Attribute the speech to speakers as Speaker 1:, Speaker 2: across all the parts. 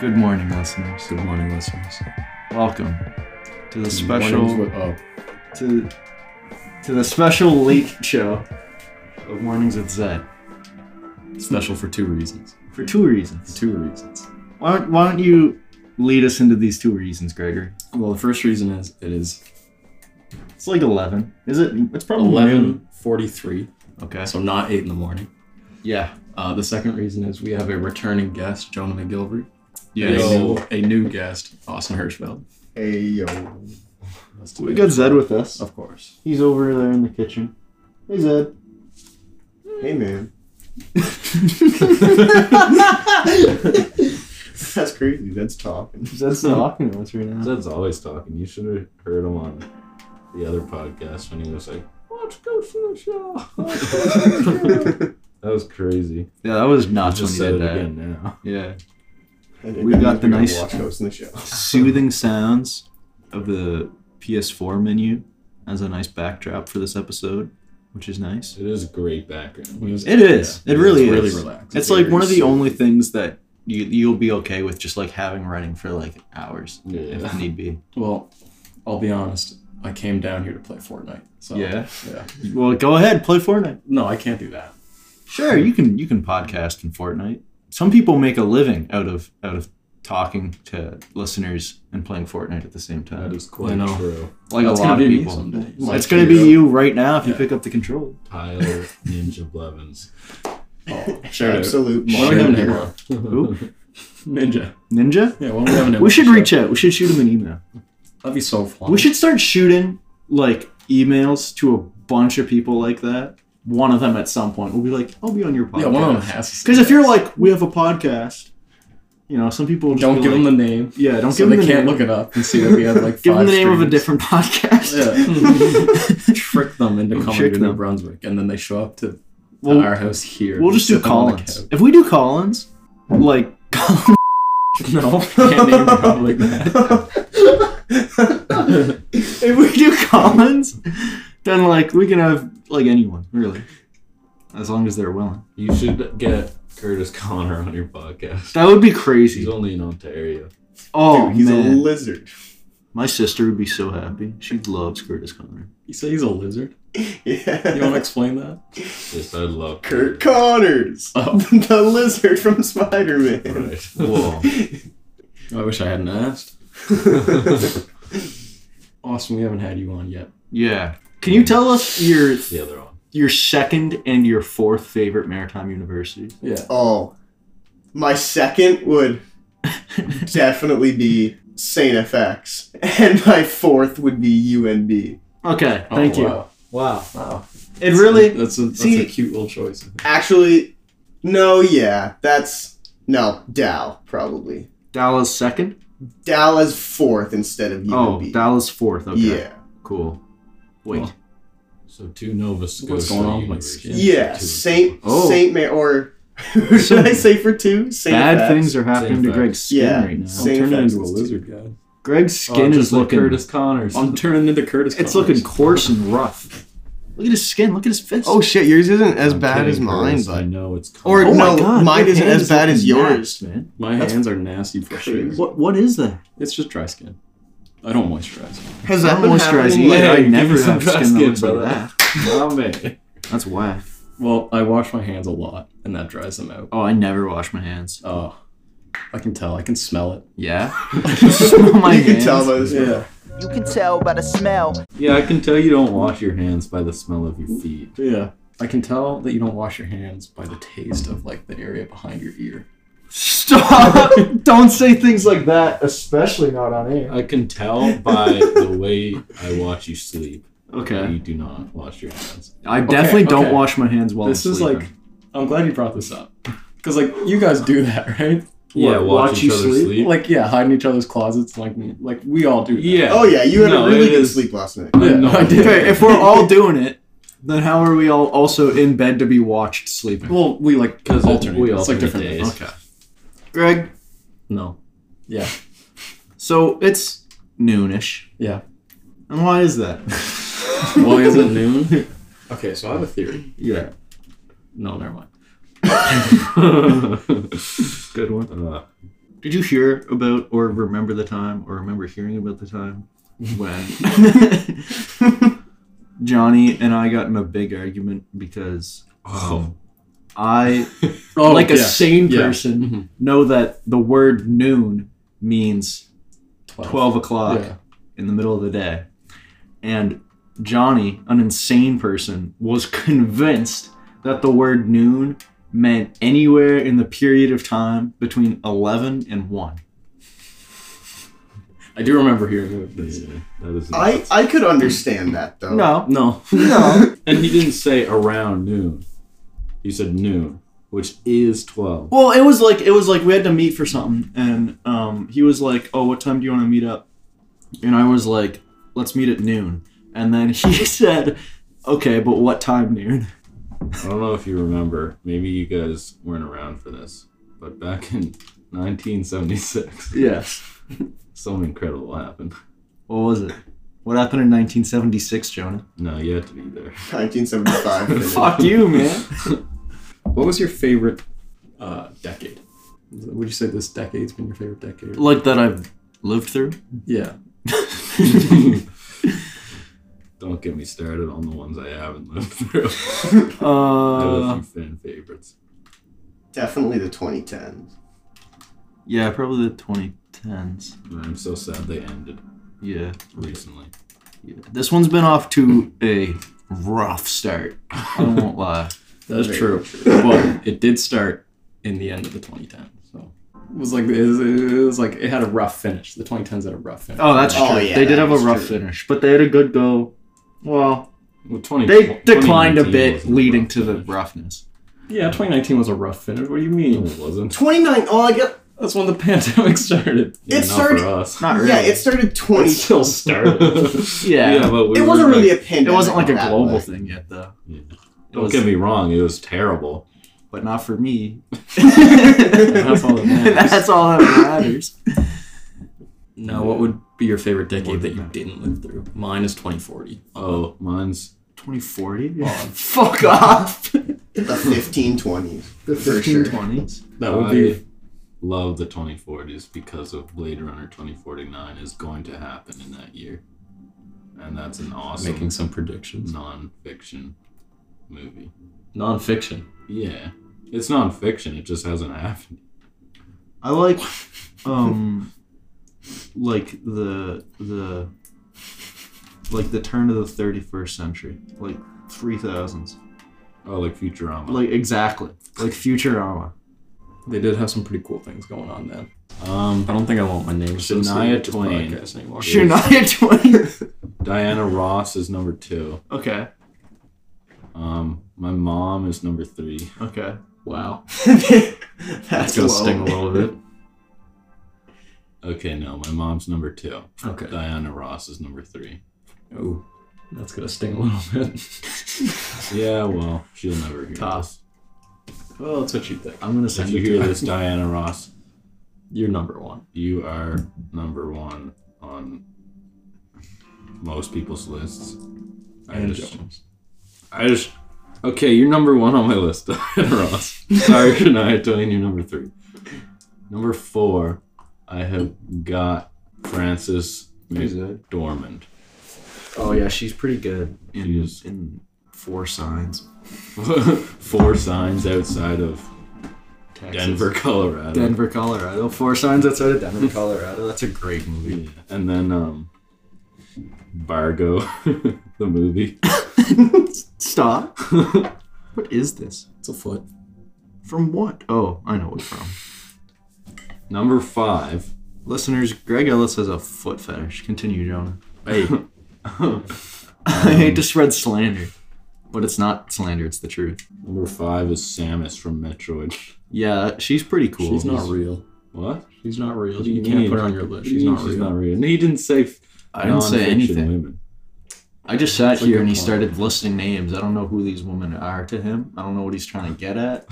Speaker 1: Good morning, listeners.
Speaker 2: Good morning, listeners.
Speaker 1: Welcome to the
Speaker 2: Mornings
Speaker 1: special
Speaker 2: with- oh,
Speaker 1: to to the special late show of Mornings with Zed
Speaker 2: oh, special for two reasons.
Speaker 1: for two reasons.
Speaker 2: Two reasons.
Speaker 1: Why don't, why don't you lead us into these two reasons, Gregory?
Speaker 2: Well, the first reason is it is
Speaker 1: It's like eleven. Is it? It's probably noon.
Speaker 2: 11:43,
Speaker 1: Okay.
Speaker 2: so not eight in the morning.
Speaker 1: Yeah.
Speaker 2: Uh, the second reason is we have a returning guest, Jonah McGilvery.
Speaker 1: Yeah.
Speaker 2: and A
Speaker 3: Yo.
Speaker 2: new, a new guest, Austin Hirschfeld.
Speaker 3: Hey yo.
Speaker 1: We got Zed with us.
Speaker 2: Of course.
Speaker 1: He's over there in the kitchen. Hey Zed.
Speaker 3: Hey man. That's crazy. That's talking.
Speaker 1: Zed's talking to us right now.
Speaker 4: Zed's always talking. You should have heard him on the other podcast when he was like, "Let's go to the show." Let's go to the show." that was crazy.
Speaker 1: Yeah, that was
Speaker 4: I
Speaker 1: nuts when
Speaker 4: just
Speaker 1: he
Speaker 4: said
Speaker 1: did
Speaker 4: it
Speaker 1: that.
Speaker 4: again now.
Speaker 1: Yeah.
Speaker 3: I think
Speaker 1: We
Speaker 3: that
Speaker 1: got
Speaker 3: means
Speaker 1: the
Speaker 3: we gotta
Speaker 1: nice-
Speaker 3: watch host in the show.
Speaker 1: soothing sounds of the PS4 menu as a nice backdrop for this episode, which is nice.
Speaker 4: It is great background.
Speaker 1: It is.
Speaker 2: Yeah,
Speaker 1: it really
Speaker 2: it's
Speaker 1: is.
Speaker 2: Really relaxed.
Speaker 1: It's like one of the
Speaker 2: Very
Speaker 1: only things that you you'll be okay with just like having running for like hours if
Speaker 4: Yeah.
Speaker 1: need be.
Speaker 2: Well, I'll be honest. I came down here to play Fortnite. So
Speaker 1: Yeah.
Speaker 2: Yeah.
Speaker 1: Well, go ahead, play Fortnite.
Speaker 2: No, I can't do that.
Speaker 1: Sure, you can you can podcast in Fortnite. Some people make a living out of out of talking to listeners and playing Fortnite at the same
Speaker 4: That
Speaker 1: time.
Speaker 4: is quite
Speaker 2: I know.
Speaker 4: true.
Speaker 1: Like a
Speaker 2: That's
Speaker 1: lot
Speaker 2: gonna
Speaker 1: of
Speaker 2: be me
Speaker 1: people.
Speaker 2: someday.
Speaker 3: My
Speaker 1: it's gonna be
Speaker 3: hero.
Speaker 1: you right now if you
Speaker 2: Yeah.
Speaker 1: pick up the control.
Speaker 4: Tyler Ninja Blevins.
Speaker 2: Oh, shout out.
Speaker 3: Absolute
Speaker 2: Why don't we have an
Speaker 3: modern hero.
Speaker 2: hero? Ninja.
Speaker 1: Ninja?
Speaker 2: Yeah, why don't we have an hero?
Speaker 1: We should reach out. We should shoot him an email.
Speaker 2: That'd be so fun.
Speaker 1: We should start shooting like emails to a bunch of people like that. One of them at some point will be like, "I'll be on your podcast."
Speaker 2: Yeah, one of them has.
Speaker 1: Because if you're like, "We have a podcast," you know, some people just
Speaker 2: don't
Speaker 1: be
Speaker 2: give
Speaker 1: like,
Speaker 2: them the name,
Speaker 1: the yeah, don't
Speaker 2: so
Speaker 1: give
Speaker 2: they
Speaker 1: them the
Speaker 2: can't
Speaker 1: name.
Speaker 2: look it up and see that we have like.
Speaker 1: give them
Speaker 2: five
Speaker 1: the name of a
Speaker 2: streams.
Speaker 1: different podcast.
Speaker 2: Yeah. Trick them into coming
Speaker 1: Trick
Speaker 2: to New
Speaker 1: them.
Speaker 2: Brunswick, and then they show up to
Speaker 1: We'll-
Speaker 2: our house here.
Speaker 1: we'll just do
Speaker 2: sit on the
Speaker 1: Collins. If we do Collins, like
Speaker 2: couch. No, can't name the pub like that.
Speaker 1: if we do Collins, then like we can have like anyone really, as long as they're willing.
Speaker 4: You should get Curtis Connor on your podcast.
Speaker 1: That would be
Speaker 4: He's
Speaker 1: crazy.
Speaker 4: only in Ontario.
Speaker 1: Oh
Speaker 3: Dude, he's
Speaker 1: man.
Speaker 3: a lizard.
Speaker 1: My sister would be so happy. She loves Curtis Connor.
Speaker 2: You say he's a lizard.
Speaker 3: Yeah.
Speaker 2: You want to explain that?
Speaker 4: Just I love
Speaker 3: Kurt Connors,
Speaker 2: Oh.
Speaker 3: the lizard from Spider Man.
Speaker 4: Right.
Speaker 1: Whoa.
Speaker 2: I wish I hadn't asked. Austin, we haven't had you on yet.
Speaker 1: yeah. Can you tell us your
Speaker 4: the other one.
Speaker 1: your second and your fourth favorite maritime university?
Speaker 2: Yeah.
Speaker 3: Oh, my second would definitely be Saint FX, and my fourth would be UNB.
Speaker 1: Okay,
Speaker 2: Oh,
Speaker 1: thank you.
Speaker 2: Wow.
Speaker 4: Wow.
Speaker 2: wow.
Speaker 1: It really
Speaker 2: That's a that's a
Speaker 3: See-
Speaker 2: cute little choice.
Speaker 3: Actually, no, yeah, that's no Dow probably.
Speaker 1: Dallas second?
Speaker 3: Dow as fourth instead of UNB.
Speaker 1: Oh, Dallas fourth. Okay.
Speaker 3: Yeah.
Speaker 1: Cool. Wait.
Speaker 2: Well,
Speaker 4: So two Nova Scotia
Speaker 2: going on with my skin?
Speaker 4: universities.
Speaker 3: Yeah,
Speaker 4: Two.
Speaker 3: Saint
Speaker 1: Oh.
Speaker 3: Saint Mary or should I say for two? Saint
Speaker 1: Bad
Speaker 3: Fats.
Speaker 1: things are happening
Speaker 4: Same
Speaker 1: to
Speaker 4: facts.
Speaker 1: Greg's skin
Speaker 3: Yeah.
Speaker 1: right now.
Speaker 3: Same
Speaker 2: I'm turning
Speaker 3: facts
Speaker 2: into a
Speaker 3: as
Speaker 2: lizard guy.
Speaker 1: Greg's
Speaker 4: Oh,
Speaker 1: skin
Speaker 4: just
Speaker 1: is
Speaker 4: like
Speaker 1: looking
Speaker 4: Curtis Connors.
Speaker 2: I'm turning into Curtis.
Speaker 1: it's
Speaker 2: Connors.
Speaker 1: looking coarse and rough. Look at his skin, look at his fist.
Speaker 3: Oh shit, yours isn't as
Speaker 4: I'm
Speaker 3: bad
Speaker 4: kidding,
Speaker 3: as mine,
Speaker 4: Curtis. I
Speaker 3: but
Speaker 4: know it's
Speaker 3: Or-
Speaker 4: Connors.
Speaker 3: no, mine
Speaker 1: Oh your
Speaker 3: isn't
Speaker 1: hand
Speaker 3: as
Speaker 1: is
Speaker 3: bad as
Speaker 1: looking
Speaker 3: yours.
Speaker 1: nasty, man.
Speaker 2: My
Speaker 3: That's
Speaker 2: hands are nasty for sure.
Speaker 3: crazy.
Speaker 1: What what is that?
Speaker 2: It's just dry skin. I don't moisturize.
Speaker 3: has
Speaker 1: That
Speaker 3: that been
Speaker 1: moisturizing.
Speaker 3: happening?
Speaker 1: Yeah,
Speaker 3: Like,
Speaker 4: Hey,
Speaker 1: I
Speaker 4: give
Speaker 1: never
Speaker 4: me some
Speaker 1: have
Speaker 4: dry
Speaker 1: skin that
Speaker 4: skin,
Speaker 1: looks like
Speaker 4: brother.
Speaker 1: that.
Speaker 4: Mommy.
Speaker 1: That's whack.
Speaker 2: Well, I wash my hands a lot, and that dries them out.
Speaker 1: Oh, I never wash my hands.
Speaker 2: Oh, I can tell. I can smell it.
Speaker 1: Yeah. Smell my
Speaker 3: you can
Speaker 1: hands.
Speaker 3: tell by this.
Speaker 5: You can tell by the smell.
Speaker 4: Yeah, I can tell you don't wash your hands by the smell of your feet.
Speaker 2: yeah. I can tell that you don't wash your hands by the taste of like the area behind your ear.
Speaker 1: Stop! Don't say things like that, especially not on air.
Speaker 4: I can tell by the way I watch you sleep that
Speaker 1: Okay.
Speaker 4: you do not wash your hands.
Speaker 1: I definitely don't
Speaker 2: okay.
Speaker 1: wash my hands while
Speaker 2: this
Speaker 1: I'm
Speaker 2: is
Speaker 1: sleeping.
Speaker 2: like, I'm glad you brought this up, because like you guys do that, right?
Speaker 4: Yeah, watch,
Speaker 1: watch
Speaker 4: each
Speaker 1: you
Speaker 4: other
Speaker 1: sleep?
Speaker 4: sleep.
Speaker 2: Like yeah, hide in each other's closets. Like me. Like we all do. that.
Speaker 4: yeah.
Speaker 3: Oh yeah, you had
Speaker 4: No,
Speaker 3: a really
Speaker 4: it
Speaker 3: good
Speaker 4: is-
Speaker 3: sleep last night.
Speaker 2: Yeah,
Speaker 4: No,
Speaker 2: I did.
Speaker 1: Okay, if we're all doing it, then how are we all also in bed to be watched sleeping?
Speaker 2: Well, we like
Speaker 4: Because it-
Speaker 2: alternate.
Speaker 4: we
Speaker 2: it's like
Speaker 4: alternate
Speaker 2: different
Speaker 4: days.
Speaker 1: Okay. Greg,
Speaker 4: No.
Speaker 2: Yeah,
Speaker 1: so it's noonish.
Speaker 2: yeah.
Speaker 1: And why is that?
Speaker 2: Why is it noon? Okay, so I have a theory.
Speaker 1: Yeah.
Speaker 2: No, never mind.
Speaker 4: Good one. Uh,
Speaker 1: Did you hear about or remember the time or remember hearing about the time when Johnny and I got in a big argument because
Speaker 4: Oh.
Speaker 1: I, like a
Speaker 2: yeah.
Speaker 1: sane
Speaker 2: Oh, Yeah.
Speaker 1: person,
Speaker 2: Mhm.
Speaker 1: know that the word noon means
Speaker 2: 12.
Speaker 1: 12 o'clock
Speaker 2: Oh. Yeah.
Speaker 1: in the middle of the day. And Johnny, an insane person, was convinced that the word noon meant anywhere in the period of time between 11 and 1.
Speaker 2: I do remember hearing about this.
Speaker 4: Yeah, that is
Speaker 3: I,
Speaker 4: nuts.
Speaker 3: I could understand that though.
Speaker 1: No.
Speaker 2: No.
Speaker 3: No.
Speaker 4: and he didn't say around noon. He said noon, which is twelve.
Speaker 1: Well, it was like it was like we had to meet for something and um, he was like, "Oh, what time do you want to meet up?" And I was like, "Let's meet at noon." And then he said, "Okay, but what time noon?"
Speaker 4: I don't know if you remember. Maybe you guys weren't around for this, but back in 1976,
Speaker 1: Yes.
Speaker 4: something incredible happened.
Speaker 1: What was it? What happened in 1976, Jonah?
Speaker 4: No, you had to be there.
Speaker 3: 1975.
Speaker 1: Fuck you, man.
Speaker 2: What was your favorite uh, decade? Would you say this decade's been your favorite decade?
Speaker 1: like that I've lived through.
Speaker 2: Yeah.
Speaker 4: Don't get me started on the ones I haven't lived through. I have a
Speaker 1: Uh,
Speaker 4: few fan favorites.
Speaker 3: Definitely the 2010s.
Speaker 1: yeah, probably the 2010s.
Speaker 4: And I'm so sad they ended
Speaker 1: Yeah.
Speaker 4: recently.
Speaker 1: yeah. This one's been off to a rough start. I won't lie.
Speaker 2: That's
Speaker 3: Very
Speaker 2: true. but it did start in the end of the 2010. So it was like it was, it was like it had a rough finish. The 2010s had a rough finish.
Speaker 1: Oh, that's
Speaker 3: Oh,
Speaker 1: true.
Speaker 3: yeah,
Speaker 1: they did
Speaker 3: that
Speaker 1: have a
Speaker 3: is
Speaker 1: rough
Speaker 3: true.
Speaker 1: finish, but they had a good go. Well,
Speaker 4: Well, 20,
Speaker 1: they declined a
Speaker 4: 2019
Speaker 1: bit,
Speaker 4: wasn't a
Speaker 1: leading
Speaker 4: rough
Speaker 1: to the
Speaker 4: finish.
Speaker 1: roughness.
Speaker 2: yeah. 2019 was a rough finish. What do you
Speaker 4: No,
Speaker 2: mean?
Speaker 4: it wasn't.
Speaker 3: 29. Oh, I get.
Speaker 2: That's when the pandemic started.
Speaker 4: Yeah,
Speaker 3: It
Speaker 4: not
Speaker 3: started-
Speaker 4: for us.
Speaker 1: Not really.
Speaker 3: Yeah, it started 20.
Speaker 2: It still started.
Speaker 1: yeah.
Speaker 4: but we
Speaker 3: it
Speaker 4: were
Speaker 3: wasn't really
Speaker 4: like-
Speaker 3: a pandemic.
Speaker 1: It wasn't like a
Speaker 3: that
Speaker 1: global
Speaker 3: way.
Speaker 1: thing yet, though.
Speaker 4: Yeah.
Speaker 1: It
Speaker 4: Don't
Speaker 1: was-
Speaker 4: get me wrong, it was terrible.
Speaker 1: but not for me.
Speaker 2: That's all that matters.
Speaker 1: That's all that matters.
Speaker 2: now, what would be your favorite decade
Speaker 4: than
Speaker 2: that you
Speaker 4: that.
Speaker 2: didn't live through? Mine is 2040.
Speaker 4: Oh, mine's
Speaker 1: 2040? Fuck off.
Speaker 3: The 1520s. For sure.
Speaker 1: 1520s.
Speaker 2: That would be.
Speaker 4: love the 2040s because of Blade Runner 2049 is going to happen in that year, and that's an awesome
Speaker 2: Making some predictions.
Speaker 4: non-fiction movie.
Speaker 2: Nonfiction.
Speaker 4: Yeah, it's non-fiction. It just hasn't happened.
Speaker 1: I like um like the the like the turn of the 31st century, like 3000s.
Speaker 4: Oh, like Futurama.
Speaker 1: Like exactly. Like Futurama.
Speaker 2: They did have some pretty cool things going on then.
Speaker 4: um,
Speaker 2: I don't think I want my name
Speaker 4: Shania
Speaker 2: associated with this
Speaker 4: Twain.
Speaker 2: podcast anymore.
Speaker 1: Shania Twain.
Speaker 4: Diana Ross is number two.
Speaker 1: okay.
Speaker 4: Um, my mom is number three.
Speaker 1: Okay.
Speaker 2: Wow.
Speaker 3: That's
Speaker 2: That's gonna
Speaker 3: low.
Speaker 2: sting a little bit.
Speaker 4: Okay, no, my mom's number two.
Speaker 2: Okay.
Speaker 4: Diana Ross is number three.
Speaker 2: Oh, that's gonna sting a little bit.
Speaker 4: Yeah, well, she'll never hear
Speaker 2: Tough.
Speaker 4: this.
Speaker 2: well, that's what you think.
Speaker 1: I'm going to
Speaker 4: If
Speaker 1: send
Speaker 4: you
Speaker 1: it
Speaker 4: hear
Speaker 1: to you.
Speaker 4: this, Diana Ross,
Speaker 2: You're number one.
Speaker 4: you are number one on most people's lists. I
Speaker 2: And
Speaker 4: just,
Speaker 2: Jones.
Speaker 4: I just, okay, you're number one on my list, Diana Ross. Sorry, Shania Twain, you're number three. Number four, I have got Frances McDormand.
Speaker 1: Oh yeah, she's pretty good
Speaker 4: She
Speaker 1: in
Speaker 4: is.
Speaker 1: in four signs.
Speaker 4: Four signs outside of
Speaker 1: Texas.
Speaker 4: Denver, Colorado.
Speaker 1: Denver, Colorado. Four signs outside of Denver, Colorado. That's a great movie.
Speaker 4: Yeah. And then um Bargo, the movie.
Speaker 1: Stop. what is this?
Speaker 2: It's a foot.
Speaker 1: From what? Oh, I know what from.
Speaker 4: Number five.
Speaker 1: Listeners, Greg Ellis has a foot fetish. Continue, Jonah. Um,
Speaker 4: Hey,
Speaker 1: I hate to spread slander, but it's not slander, it's the truth.
Speaker 4: number five is Samus from Metroid.
Speaker 1: Yeah, she's pretty cool.
Speaker 2: She's not real.
Speaker 4: What?
Speaker 2: She's not real.
Speaker 4: do
Speaker 2: You,
Speaker 4: you mean?
Speaker 2: can't put her on your list. She's not real.
Speaker 4: She's not real. And he didn't say. f-
Speaker 1: I didn't say
Speaker 4: nonfiction
Speaker 1: anything.
Speaker 4: Women.
Speaker 1: I just sat
Speaker 2: That's a
Speaker 1: here
Speaker 2: good
Speaker 1: and he
Speaker 2: point.
Speaker 1: started listing names. I don't know who these women are to him. I don't know what he's trying to get at.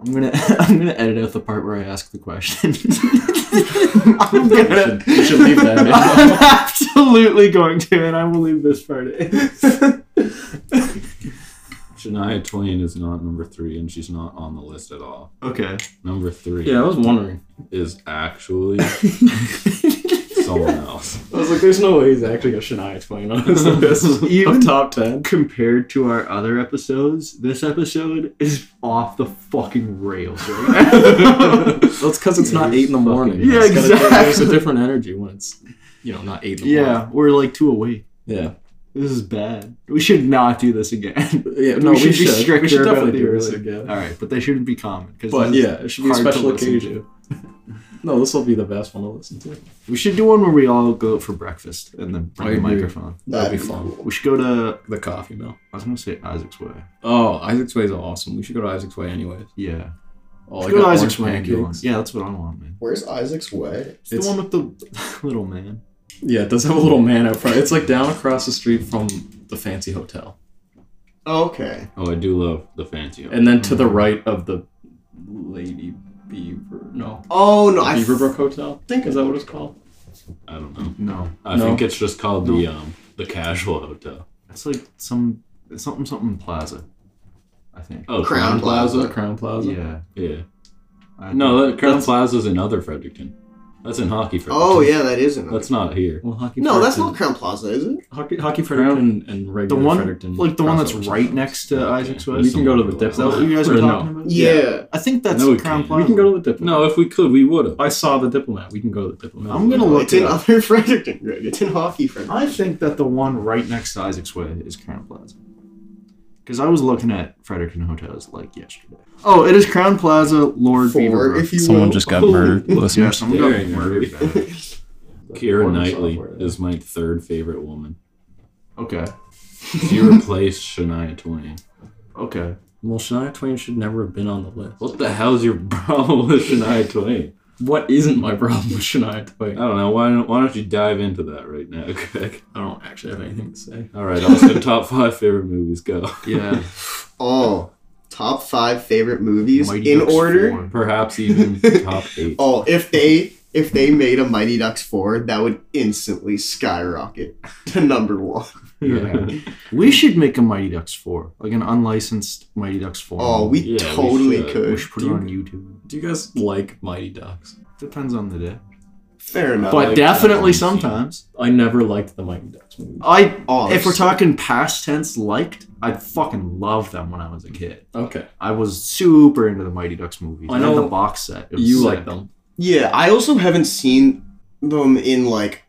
Speaker 1: I'm gonna I'm gonna edit out the part where I ask the question. I'm
Speaker 2: You
Speaker 1: gonna
Speaker 2: should, you should leave that in.
Speaker 1: I'm absolutely going to, and I will leave this part in.
Speaker 4: Should Shania Twain is not number three, and she's not on the list at all.
Speaker 1: Okay.
Speaker 4: Number three
Speaker 2: Yeah, I was wondering.
Speaker 4: is actually someone else.
Speaker 2: I was like, there's no way he's actually a Shania Twain on this list.
Speaker 1: Even-
Speaker 2: Even top ten.
Speaker 1: Compared to our other episodes, this episode is off the fucking rails right now.
Speaker 2: That's because it's not eight in the morning.
Speaker 1: Yeah,
Speaker 2: It's gotta- There's
Speaker 1: exactly.
Speaker 2: a different energy when it's, you know, not eight in the morning.
Speaker 1: yeah, we're like two away.
Speaker 2: Yeah.
Speaker 1: This is bad. We should not do this again.
Speaker 2: Yeah. Yeah.
Speaker 1: we should be stricter
Speaker 2: We should
Speaker 1: about
Speaker 2: definitely
Speaker 1: the
Speaker 2: do this
Speaker 1: early-
Speaker 2: again.
Speaker 1: All right, but they shouldn't be common. 'cause
Speaker 2: But
Speaker 1: this is-
Speaker 2: yeah, it should be a
Speaker 1: hard to
Speaker 2: special
Speaker 1: listen to.
Speaker 2: occasion. No, this will be the best one to listen to.
Speaker 1: we should do one where we all go out for breakfast and then bring
Speaker 2: I
Speaker 1: the
Speaker 2: agree.
Speaker 1: microphone.
Speaker 2: That'd be
Speaker 3: That'd be
Speaker 2: fun.
Speaker 1: We should go to.
Speaker 2: The coffee mill.
Speaker 1: I was gonna say Isaac's Way.
Speaker 2: Oh, Isaac's Way is awesome. We should go to Isaac's Way anyways.
Speaker 1: Yeah.
Speaker 2: Oh,
Speaker 1: Let's
Speaker 2: I
Speaker 1: go to
Speaker 2: got
Speaker 1: Isaac's Way.
Speaker 2: orange
Speaker 1: and get one.
Speaker 2: pancakes.
Speaker 1: Yeah, that's what I want, man.
Speaker 3: Where's Isaac's way?
Speaker 1: It's,
Speaker 2: It's-
Speaker 1: the one with the little man.
Speaker 2: Yeah, it does have a little man out front. It's like down across the street from the fancy hotel.
Speaker 3: Okay.
Speaker 4: Oh, I do love the fancy.
Speaker 2: And then to the
Speaker 1: Hmm.
Speaker 2: right of the Lady Beaver. No.
Speaker 3: Oh no, I
Speaker 2: Beaverbrook Hotel?
Speaker 3: think
Speaker 2: Is that what it's called?
Speaker 4: I don't know.
Speaker 1: No,
Speaker 4: I
Speaker 2: No.
Speaker 4: think it's just called the um the casual hotel.
Speaker 1: it's like some it's something something Plaza. I think.
Speaker 4: Oh,
Speaker 3: Crown Plaza.
Speaker 2: The Crown Plaza?
Speaker 1: Yeah.
Speaker 4: Yeah.
Speaker 1: I-
Speaker 4: No, that, Crown
Speaker 2: That's-
Speaker 4: Plaza's in other Fredericton. That's in Hockey Fredericton.
Speaker 3: Oh yeah, that is another.
Speaker 4: That's not here.
Speaker 2: Well, hockey
Speaker 3: no, that's not
Speaker 2: Fredericton-
Speaker 3: Crown Plaza, is it?
Speaker 2: Hockey, hockey Fredericton and
Speaker 1: the
Speaker 2: regular
Speaker 1: one
Speaker 2: Fredericton.
Speaker 1: like the one that's
Speaker 2: crossovers.
Speaker 1: right next to
Speaker 4: Okay.
Speaker 1: Isaac's Way.
Speaker 2: We can go to the
Speaker 1: Is that what you guys
Speaker 2: Or
Speaker 1: are
Speaker 2: no.
Speaker 1: talking about? I think that's
Speaker 4: No, we
Speaker 1: Crown
Speaker 4: can't.
Speaker 1: Plaza.
Speaker 2: We can go to the diplomat.
Speaker 4: No, if we could, we would have.
Speaker 2: I saw the diplomat. We can go to the diplomat.
Speaker 1: I'm gonna look
Speaker 3: it's in
Speaker 1: it up.
Speaker 3: other Fredericton, Greg. It's in hockey Fredericton.
Speaker 1: I think that the one right next to Isaac's Way is Crown Plaza. Because I was looking at Fredericton hotels like yesterday. Oh, it is Crown Plaza, Lord
Speaker 3: Four,
Speaker 1: Beaver.
Speaker 3: if you
Speaker 6: Someone
Speaker 3: will.
Speaker 6: just got
Speaker 3: Oh.
Speaker 6: murdered,
Speaker 1: Yeah,
Speaker 6: listeners.
Speaker 1: someone
Speaker 4: There
Speaker 1: got
Speaker 4: you go.
Speaker 1: murdered. bad.
Speaker 4: Kira
Speaker 1: Porn
Speaker 4: Knightley
Speaker 1: software.
Speaker 4: is my third favorite woman.
Speaker 1: Okay,
Speaker 4: She replaced Shania Twain.
Speaker 1: okay.
Speaker 2: Well, Shania Twain should never have been on the list.
Speaker 4: What the hell's your problem with Shania Twain?
Speaker 2: What isn't my problem with Shania
Speaker 4: I
Speaker 2: Twain?
Speaker 4: don't know. Why don't Why don't you dive into that right now, Greg?
Speaker 2: I don't actually have anything to say.
Speaker 4: All right, Austin. top five favorite movies. Go.
Speaker 1: Yeah.
Speaker 3: Oh, top five favorite movies
Speaker 1: Mighty
Speaker 3: in
Speaker 1: Ducks
Speaker 3: order.
Speaker 1: four.
Speaker 4: Perhaps even top eight.
Speaker 3: Oh, if they if they made a Mighty Ducks four, that would instantly skyrocket to number one.
Speaker 1: Yeah. we should make a Mighty Ducks 4, like an unlicensed Mighty Ducks 4.
Speaker 3: Oh, we
Speaker 4: Yeah, we
Speaker 3: totally
Speaker 4: should.
Speaker 1: we
Speaker 3: could.
Speaker 1: should put it on YouTube.
Speaker 2: Do you guys like Mighty Ducks?
Speaker 1: Depends on the day.
Speaker 3: Fair enough.
Speaker 1: But
Speaker 4: like that
Speaker 1: definitely
Speaker 4: one
Speaker 1: sometimes.
Speaker 2: I never liked the Mighty Ducks movie.
Speaker 1: I
Speaker 3: Oh,
Speaker 1: if we're
Speaker 3: that's-
Speaker 1: talking past tense liked, I fucking loved them when I was a kid.
Speaker 2: Okay.
Speaker 1: I was super into the Mighty Ducks movies.
Speaker 2: I
Speaker 1: I know
Speaker 2: know
Speaker 1: the box set. It was
Speaker 2: You
Speaker 1: sick.
Speaker 2: like them.
Speaker 3: yeah, I also haven't seen them in like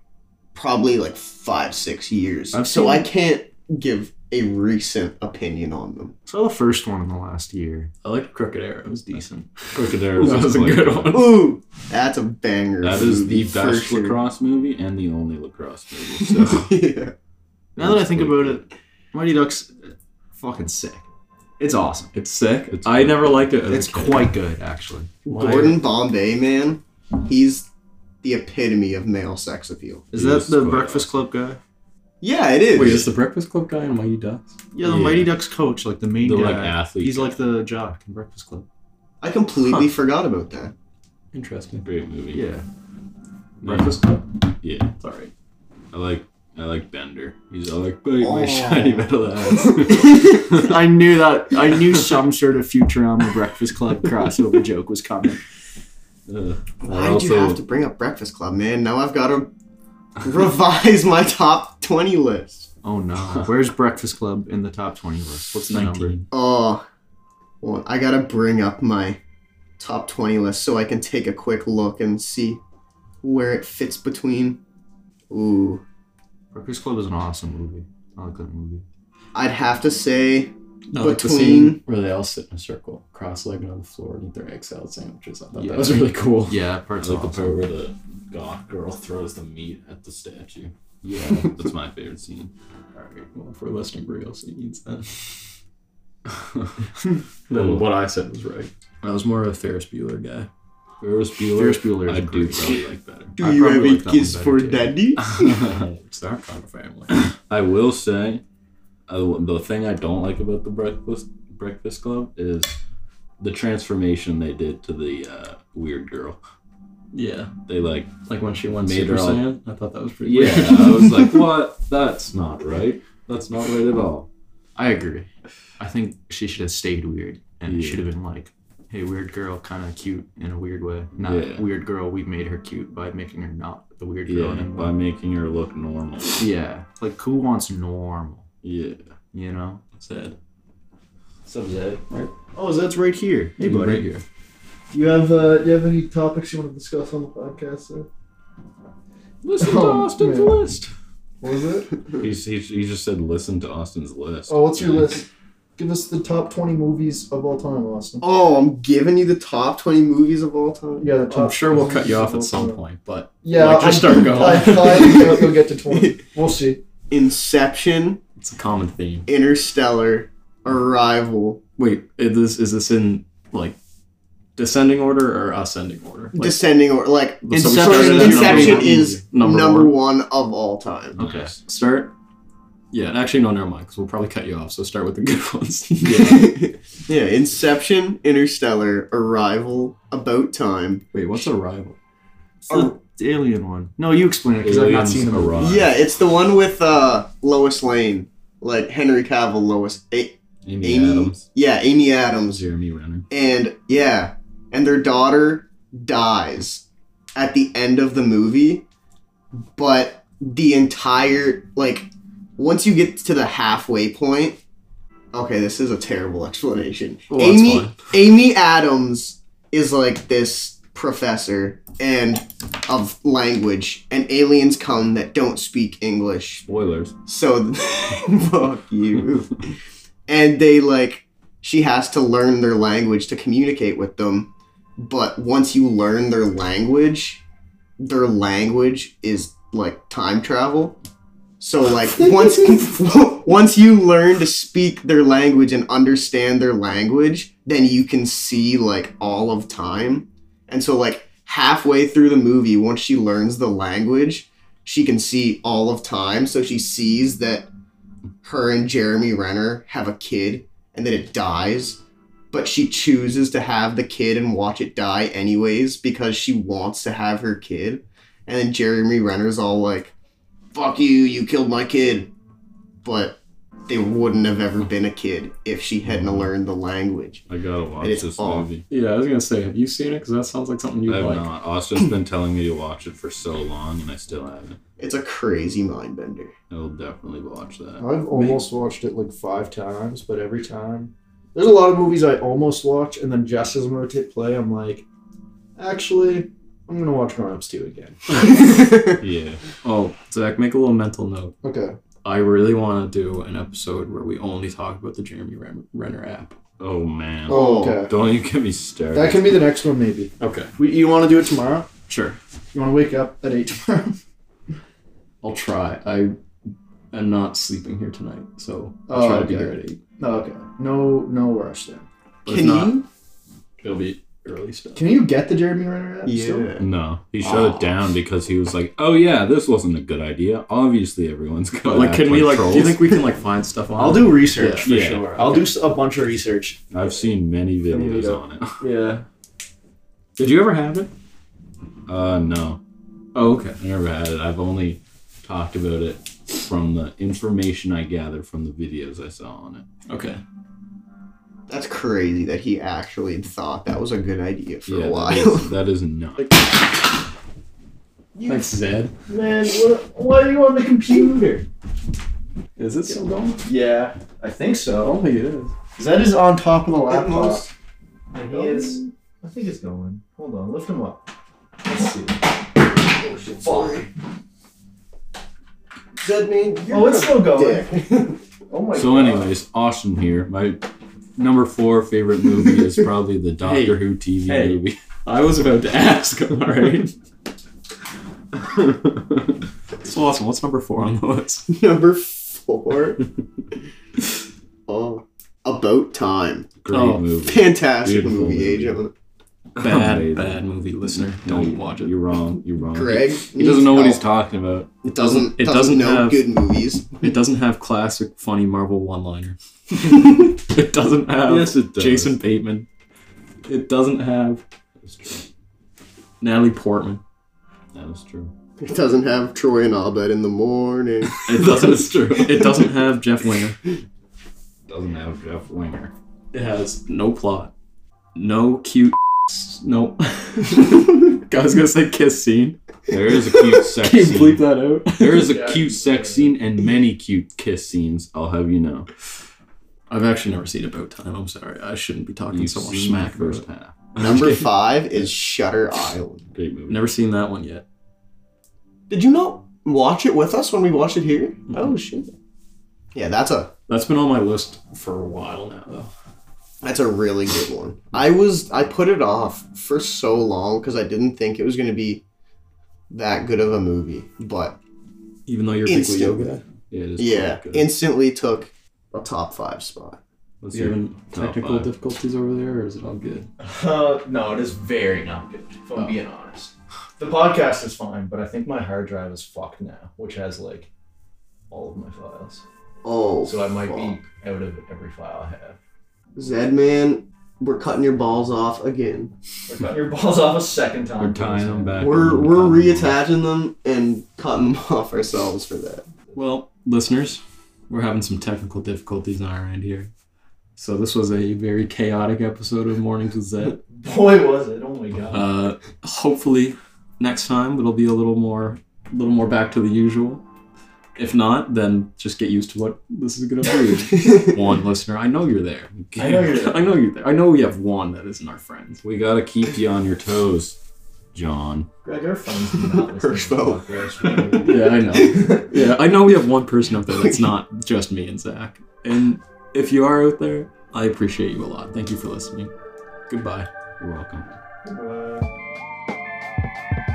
Speaker 3: probably like five six years,
Speaker 1: I've
Speaker 3: so
Speaker 1: seen-
Speaker 3: I can't give a recent opinion on them.
Speaker 1: Saw the first one in the last year.
Speaker 2: I liked Crooked Arrow. It was decent.
Speaker 4: Crocodile
Speaker 2: That was a good one.
Speaker 3: Ooh, that's a banger.
Speaker 4: That is
Speaker 3: movie
Speaker 4: the
Speaker 3: for
Speaker 4: best
Speaker 3: sure.
Speaker 4: lacrosse movie and the only lacrosse movie. So
Speaker 3: yeah.
Speaker 1: Now that I think about it, Mighty Ducks, uh, fucking sick. It's awesome.
Speaker 2: It's sick.
Speaker 4: It's
Speaker 2: I
Speaker 4: good.
Speaker 2: never liked it. as a
Speaker 1: It's
Speaker 2: kid.
Speaker 1: quite good actually.
Speaker 2: Why-
Speaker 3: Gordon Bombay, man, he's the epitome of male sex appeal.
Speaker 1: Is
Speaker 4: It
Speaker 1: that
Speaker 4: is
Speaker 1: the
Speaker 4: quite
Speaker 1: Breakfast Club guy?
Speaker 3: Yeah, it is.
Speaker 2: Wait, is the Breakfast Club guy in Mighty Ducks?
Speaker 1: Yeah, the
Speaker 4: Yeah.
Speaker 1: Mighty Ducks coach, like the main
Speaker 4: the
Speaker 1: guy.
Speaker 4: like athlete.
Speaker 1: He's like the jock in Breakfast Club.
Speaker 3: I completely forgot about that.
Speaker 2: Interesting.
Speaker 4: great movie.
Speaker 1: Yeah.
Speaker 2: Breakfast Club.
Speaker 4: yeah.
Speaker 2: It's alright.
Speaker 4: I like I like Bender. He's all like bite
Speaker 3: Oh.
Speaker 4: my shiny metal ass.
Speaker 1: I knew that. I knew some sort of Futurama Breakfast Club crossover joke was coming.
Speaker 4: Uh,
Speaker 3: Why
Speaker 4: I
Speaker 3: did you have to bring up Breakfast Club, man? Now I've got to revise my top 20 list.
Speaker 1: Oh no. Where's Breakfast Club in the top 20 list? What's the number?
Speaker 3: Oh, well, I got to bring up my top 20 list so I can take a quick look and see where it fits between. Ooh,
Speaker 1: Breakfast Club is an awesome movie. I like that movie.
Speaker 3: I'd have to say
Speaker 2: No, like the
Speaker 3: Between-
Speaker 2: scene where they all sit in a circle, cross-legged on the floor and eat their egg salad sandwiches. I thought
Speaker 1: Yeah.
Speaker 2: that was really cool.
Speaker 1: Yeah, that
Speaker 4: I
Speaker 1: part's
Speaker 4: like the
Speaker 1: awesome.
Speaker 4: part where the goth girl throws the meat at the statue. Yeah, that's my favorite scene.
Speaker 2: Alright, well, if we're listening, Brio needs that. then what I said was right. I was more of a Ferris Bueller guy.
Speaker 4: Ferris Bueller.
Speaker 1: Ferris Bueller is
Speaker 4: I do
Speaker 1: great.
Speaker 4: probably like better.
Speaker 3: Do
Speaker 1: I
Speaker 3: you
Speaker 1: probably
Speaker 3: have
Speaker 1: like that
Speaker 3: a
Speaker 1: one
Speaker 3: kiss
Speaker 1: better,
Speaker 3: for
Speaker 1: too.
Speaker 3: daddy?
Speaker 2: it's our kind of family.
Speaker 4: I will say, uh, the thing I don't like about the Breakfast Breakfast Club is the transformation they did to the uh, weird girl.
Speaker 2: yeah,
Speaker 4: They like,
Speaker 2: like when she won
Speaker 4: Made
Speaker 2: Super
Speaker 4: her all-
Speaker 2: Saiyan, I thought that was pretty.
Speaker 4: yeah.
Speaker 2: weird.
Speaker 4: I was like, what? That's not right. That's not right at all.
Speaker 1: I agree. I think she should have stayed weird, and it
Speaker 4: Yeah.
Speaker 1: should have been like, "Hey, weird girl, kind of cute in a weird way. Not
Speaker 4: Yeah.
Speaker 1: weird girl. We made her cute by making her not the weird girl
Speaker 4: Yeah,
Speaker 1: anymore.
Speaker 4: by making her look normal.
Speaker 1: Yeah, like who wants normal?
Speaker 4: Yeah.
Speaker 1: You know?
Speaker 2: Sad.
Speaker 1: What's up, Zed?
Speaker 2: Right.
Speaker 1: Oh, Zed's right here. Hey, buddy.
Speaker 4: Right here.
Speaker 6: Do you have uh, do you have any topics you want to discuss on the podcast? Sir?
Speaker 4: Listen
Speaker 6: to Oh, Austin's man.
Speaker 4: list.
Speaker 6: What was it?
Speaker 4: He's, he, he just said, listen to Austin's list.
Speaker 6: Oh, what's your
Speaker 4: Yeah.
Speaker 6: list? Give us the top twenty movies of all time, Austin.
Speaker 3: Oh, I'm giving you the top 20 movies of all time.
Speaker 6: Yeah, the top
Speaker 2: I'm sure we'll cut you off at
Speaker 6: movies of all
Speaker 2: some
Speaker 6: time.
Speaker 2: point, but
Speaker 6: Yeah,
Speaker 2: Like, just
Speaker 6: I'm-
Speaker 2: start going.
Speaker 6: I thought you'll, you'll get to twenty. We'll see.
Speaker 3: Inception,
Speaker 2: it's a common theme.
Speaker 3: Interstellar, Arrival,
Speaker 2: Wait, is this is this in like descending order or ascending order? Like,
Speaker 3: descending or like
Speaker 2: we
Speaker 1: Inception
Speaker 3: so
Speaker 2: started at
Speaker 3: Inception
Speaker 2: number
Speaker 3: is
Speaker 2: number,
Speaker 3: number,
Speaker 2: one.
Speaker 3: one. of all time.
Speaker 1: Okay.
Speaker 4: Nice.
Speaker 2: Start. Yeah, actually, no, never mind, because we'll probably cut you off. So start with the good ones.
Speaker 3: yeah, Inception, Interstellar, Arrival, About Time.
Speaker 2: Wait, what's Arrival?
Speaker 1: It's the alien one. No, you explain it because I've not
Speaker 4: Aliens
Speaker 1: seen the movie.
Speaker 4: arrive.
Speaker 3: Yeah, it's the one with uh, Lois Lane, like Henry Cavill, Lois, A-
Speaker 4: Amy,
Speaker 3: Amy
Speaker 4: Adams.
Speaker 3: Yeah, Amy Adams,
Speaker 4: Jeremy Renner.
Speaker 3: and yeah, and their daughter dies at the end of the movie, but the entire like once you get to the halfway point. Okay, this is a terrible explanation.
Speaker 2: Well, that's
Speaker 3: Amy
Speaker 2: fine.
Speaker 3: Amy Adams is like this professor and of language and aliens come that don't speak English
Speaker 4: Spoilers.
Speaker 3: so fuck you. and they like she has to learn their language to communicate with them. But once you learn their language, their language is like time travel. So like once once you learn to speak their language and understand their language, then you can see like all of time. And so like halfway through the movie, once she learns the language, she can see all of time. So she sees that her and Jeremy Renner have a kid and that it dies, but she chooses to have the kid and watch it die anyways because she wants to have her kid. And then Jeremy Renner's all like, fuck you, you killed my kid. But they wouldn't have ever been a kid if she hadn't learned the language.
Speaker 4: I gotta watch
Speaker 3: It is
Speaker 4: this
Speaker 3: all-
Speaker 4: movie.
Speaker 2: Yeah, I was gonna say, have you seen it? Because that sounds like something
Speaker 4: I
Speaker 2: you'd
Speaker 4: have
Speaker 2: like.
Speaker 4: not. Austin's been telling me to watch it for so long, and I still haven't.
Speaker 3: It's a crazy mind bender.
Speaker 4: I will definitely watch that.
Speaker 6: I've almost watched it like five times, but every time there's a lot of movies I almost watch, and then just as I'm gonna hit play, I'm like, actually, I'm gonna watch Grown Ups 2 again.
Speaker 4: Yeah.
Speaker 2: Oh, Zach, make a little mental note.
Speaker 6: Okay.
Speaker 2: I really want to do an episode where we only talk about the Jeremy Ren- Renner app.
Speaker 4: Oh man.
Speaker 6: Oh,
Speaker 3: Oh.
Speaker 6: okay.
Speaker 4: Don't you get me started.
Speaker 6: That can be the next one, maybe.
Speaker 2: Okay,
Speaker 6: We, you want to do it tomorrow?
Speaker 2: sure.
Speaker 6: You want to wake up at eight tomorrow?
Speaker 2: I'll try. I am not sleeping here tonight, so I'll
Speaker 6: Oh,
Speaker 2: try to be
Speaker 6: okay.
Speaker 2: here at eight.
Speaker 6: no, okay. No, no rush then.
Speaker 2: But
Speaker 3: Can
Speaker 2: if not,
Speaker 3: you?
Speaker 2: It'll be early stuff.
Speaker 6: Can you get the Jeremy Renner app? still?
Speaker 3: Yeah.
Speaker 4: No, he shut it down because he was like, "Oh yeah, this wasn't a good idea. Obviously, everyone's
Speaker 2: But
Speaker 4: going
Speaker 2: like, can we like?
Speaker 4: Trolls.
Speaker 2: Do you think we can like find stuff on?
Speaker 1: I'll do research for
Speaker 4: Yeah.
Speaker 1: sure. I'll do s- a bunch of research.
Speaker 4: I've seen many
Speaker 6: Can we
Speaker 4: videos
Speaker 6: go?
Speaker 4: on it.
Speaker 2: Yeah. Did you ever have it?
Speaker 4: Uh, no,
Speaker 2: Oh, okay.
Speaker 4: I never had it. I've only talked about it from the information I gathered from the videos I saw on it.
Speaker 2: Okay.
Speaker 3: That's crazy that he actually thought that was a good idea for
Speaker 4: yeah,
Speaker 3: a
Speaker 4: that
Speaker 3: while.
Speaker 4: is, that is not.
Speaker 2: Thanks, Zed.
Speaker 6: Man, what, why are you on the computer?
Speaker 2: Is it still going?
Speaker 6: Yeah, I think so.
Speaker 2: think it Oh, is.
Speaker 6: Zed is on top of the laptop.
Speaker 3: Almost.
Speaker 6: And he is. I think it's going. Hold on, lift him up. Let's see.
Speaker 3: Zed, man, you're
Speaker 6: Oh, it's still going.
Speaker 3: dick.
Speaker 6: Oh my
Speaker 4: So, anyways, Austin here. My number four favorite movie is probably the Doctor Who TV
Speaker 2: Hey.
Speaker 4: movie.
Speaker 2: I was about to ask. All right. so awesome. What's number four on the list?
Speaker 3: Number four. oh, about time.
Speaker 4: Great
Speaker 2: Oh,
Speaker 4: movie.
Speaker 3: Fantastic
Speaker 4: Beautiful
Speaker 3: movie,
Speaker 4: movie.
Speaker 3: agent.
Speaker 2: Bad,
Speaker 4: Amazing.
Speaker 2: bad movie, listener.
Speaker 4: No,
Speaker 2: Don't watch it. Oh.
Speaker 4: You're wrong. You're wrong.
Speaker 3: Greg.
Speaker 4: He doesn't know what he's
Speaker 3: talking.
Speaker 4: talking about.
Speaker 3: It doesn't.
Speaker 2: It
Speaker 3: It doesn't,
Speaker 2: doesn't
Speaker 3: know
Speaker 2: have-
Speaker 3: good movies.
Speaker 2: It doesn't have classic funny Marvel one-liner. it doesn't have
Speaker 4: Yes, it does.
Speaker 2: Jason Bateman. It doesn't have
Speaker 4: That's true.
Speaker 2: Natalie Portman.
Speaker 4: That is true.
Speaker 3: It doesn't have Troy and Abed in the morning.
Speaker 2: It doesn't.
Speaker 4: true.
Speaker 2: it doesn't have Jeff Winger.
Speaker 4: doesn't have Jeff Winger.
Speaker 2: It has no plot, no cute. Nope. I was gonna say kiss scene.
Speaker 4: There is a cute sex
Speaker 2: Can you bleep
Speaker 4: scene.
Speaker 2: that out?
Speaker 4: There is a
Speaker 6: Yeah.
Speaker 4: cute sex scene and many cute kiss scenes. I'll have you know.
Speaker 2: I've actually never seen About Time. I'm sorry. I shouldn't be talking
Speaker 4: You've
Speaker 2: so much
Speaker 4: seen
Speaker 2: smack
Speaker 4: the
Speaker 2: about
Speaker 4: first
Speaker 2: it.
Speaker 4: half.
Speaker 3: Number five is Shutter Island.
Speaker 4: Great movie.
Speaker 2: Never seen that one yet.
Speaker 3: Did you not watch it with us when we watched it here? Oh shit. Yeah, that's a
Speaker 2: That's been on my list for a while now, though.
Speaker 3: that's a really good one. I was I put it off for so long because I didn't think it was gonna be that good of a movie. But
Speaker 2: Even though you're a big
Speaker 3: Instant.
Speaker 2: Leo guy,
Speaker 4: Yeah, it is
Speaker 3: yeah,
Speaker 4: quite good.
Speaker 3: instantly took a top five spot.
Speaker 4: Let's
Speaker 2: is there
Speaker 4: hear
Speaker 2: even
Speaker 4: top
Speaker 2: technical
Speaker 4: five.
Speaker 2: difficulties over there, or is it all good?
Speaker 6: Uh, no, it is very not good. If I'm being honest, the podcast is fine, but I think my hard drive is fucked now, which has like all of my files.
Speaker 3: Oh
Speaker 6: So I might
Speaker 3: fuck.
Speaker 6: be out of every file I have.
Speaker 3: Zed man, we're cutting your balls off again.
Speaker 6: We're cutting your balls off a second time.
Speaker 4: We're tying them back.
Speaker 3: We're
Speaker 4: on the
Speaker 3: we're
Speaker 4: top.
Speaker 3: reattaching them and cutting them off ourselves for that.
Speaker 2: Well, listeners, we're having some technical difficulties on our end here. So this was a very chaotic episode of Mornings with Zed.
Speaker 6: Boy, was it! Oh my god.
Speaker 2: Uh, hopefully, next time it'll be a little more, a little more back to the usual. If not, then just get used to what this is gonna be. one listener, I know you're there.
Speaker 6: I know you're there.
Speaker 2: I know you're there. I know we have one that isn't our friend.
Speaker 4: We gotta keep you on your toes, John.
Speaker 6: Greg, our phones do not listen to
Speaker 3: Hirschfeld.
Speaker 6: podcasts.
Speaker 2: Yeah, I know. yeah, I know we have one person out there that's not just me and Zach. And if you are out there, I appreciate you a lot. Thank you for listening. Goodbye.
Speaker 4: You're welcome.
Speaker 6: Uh,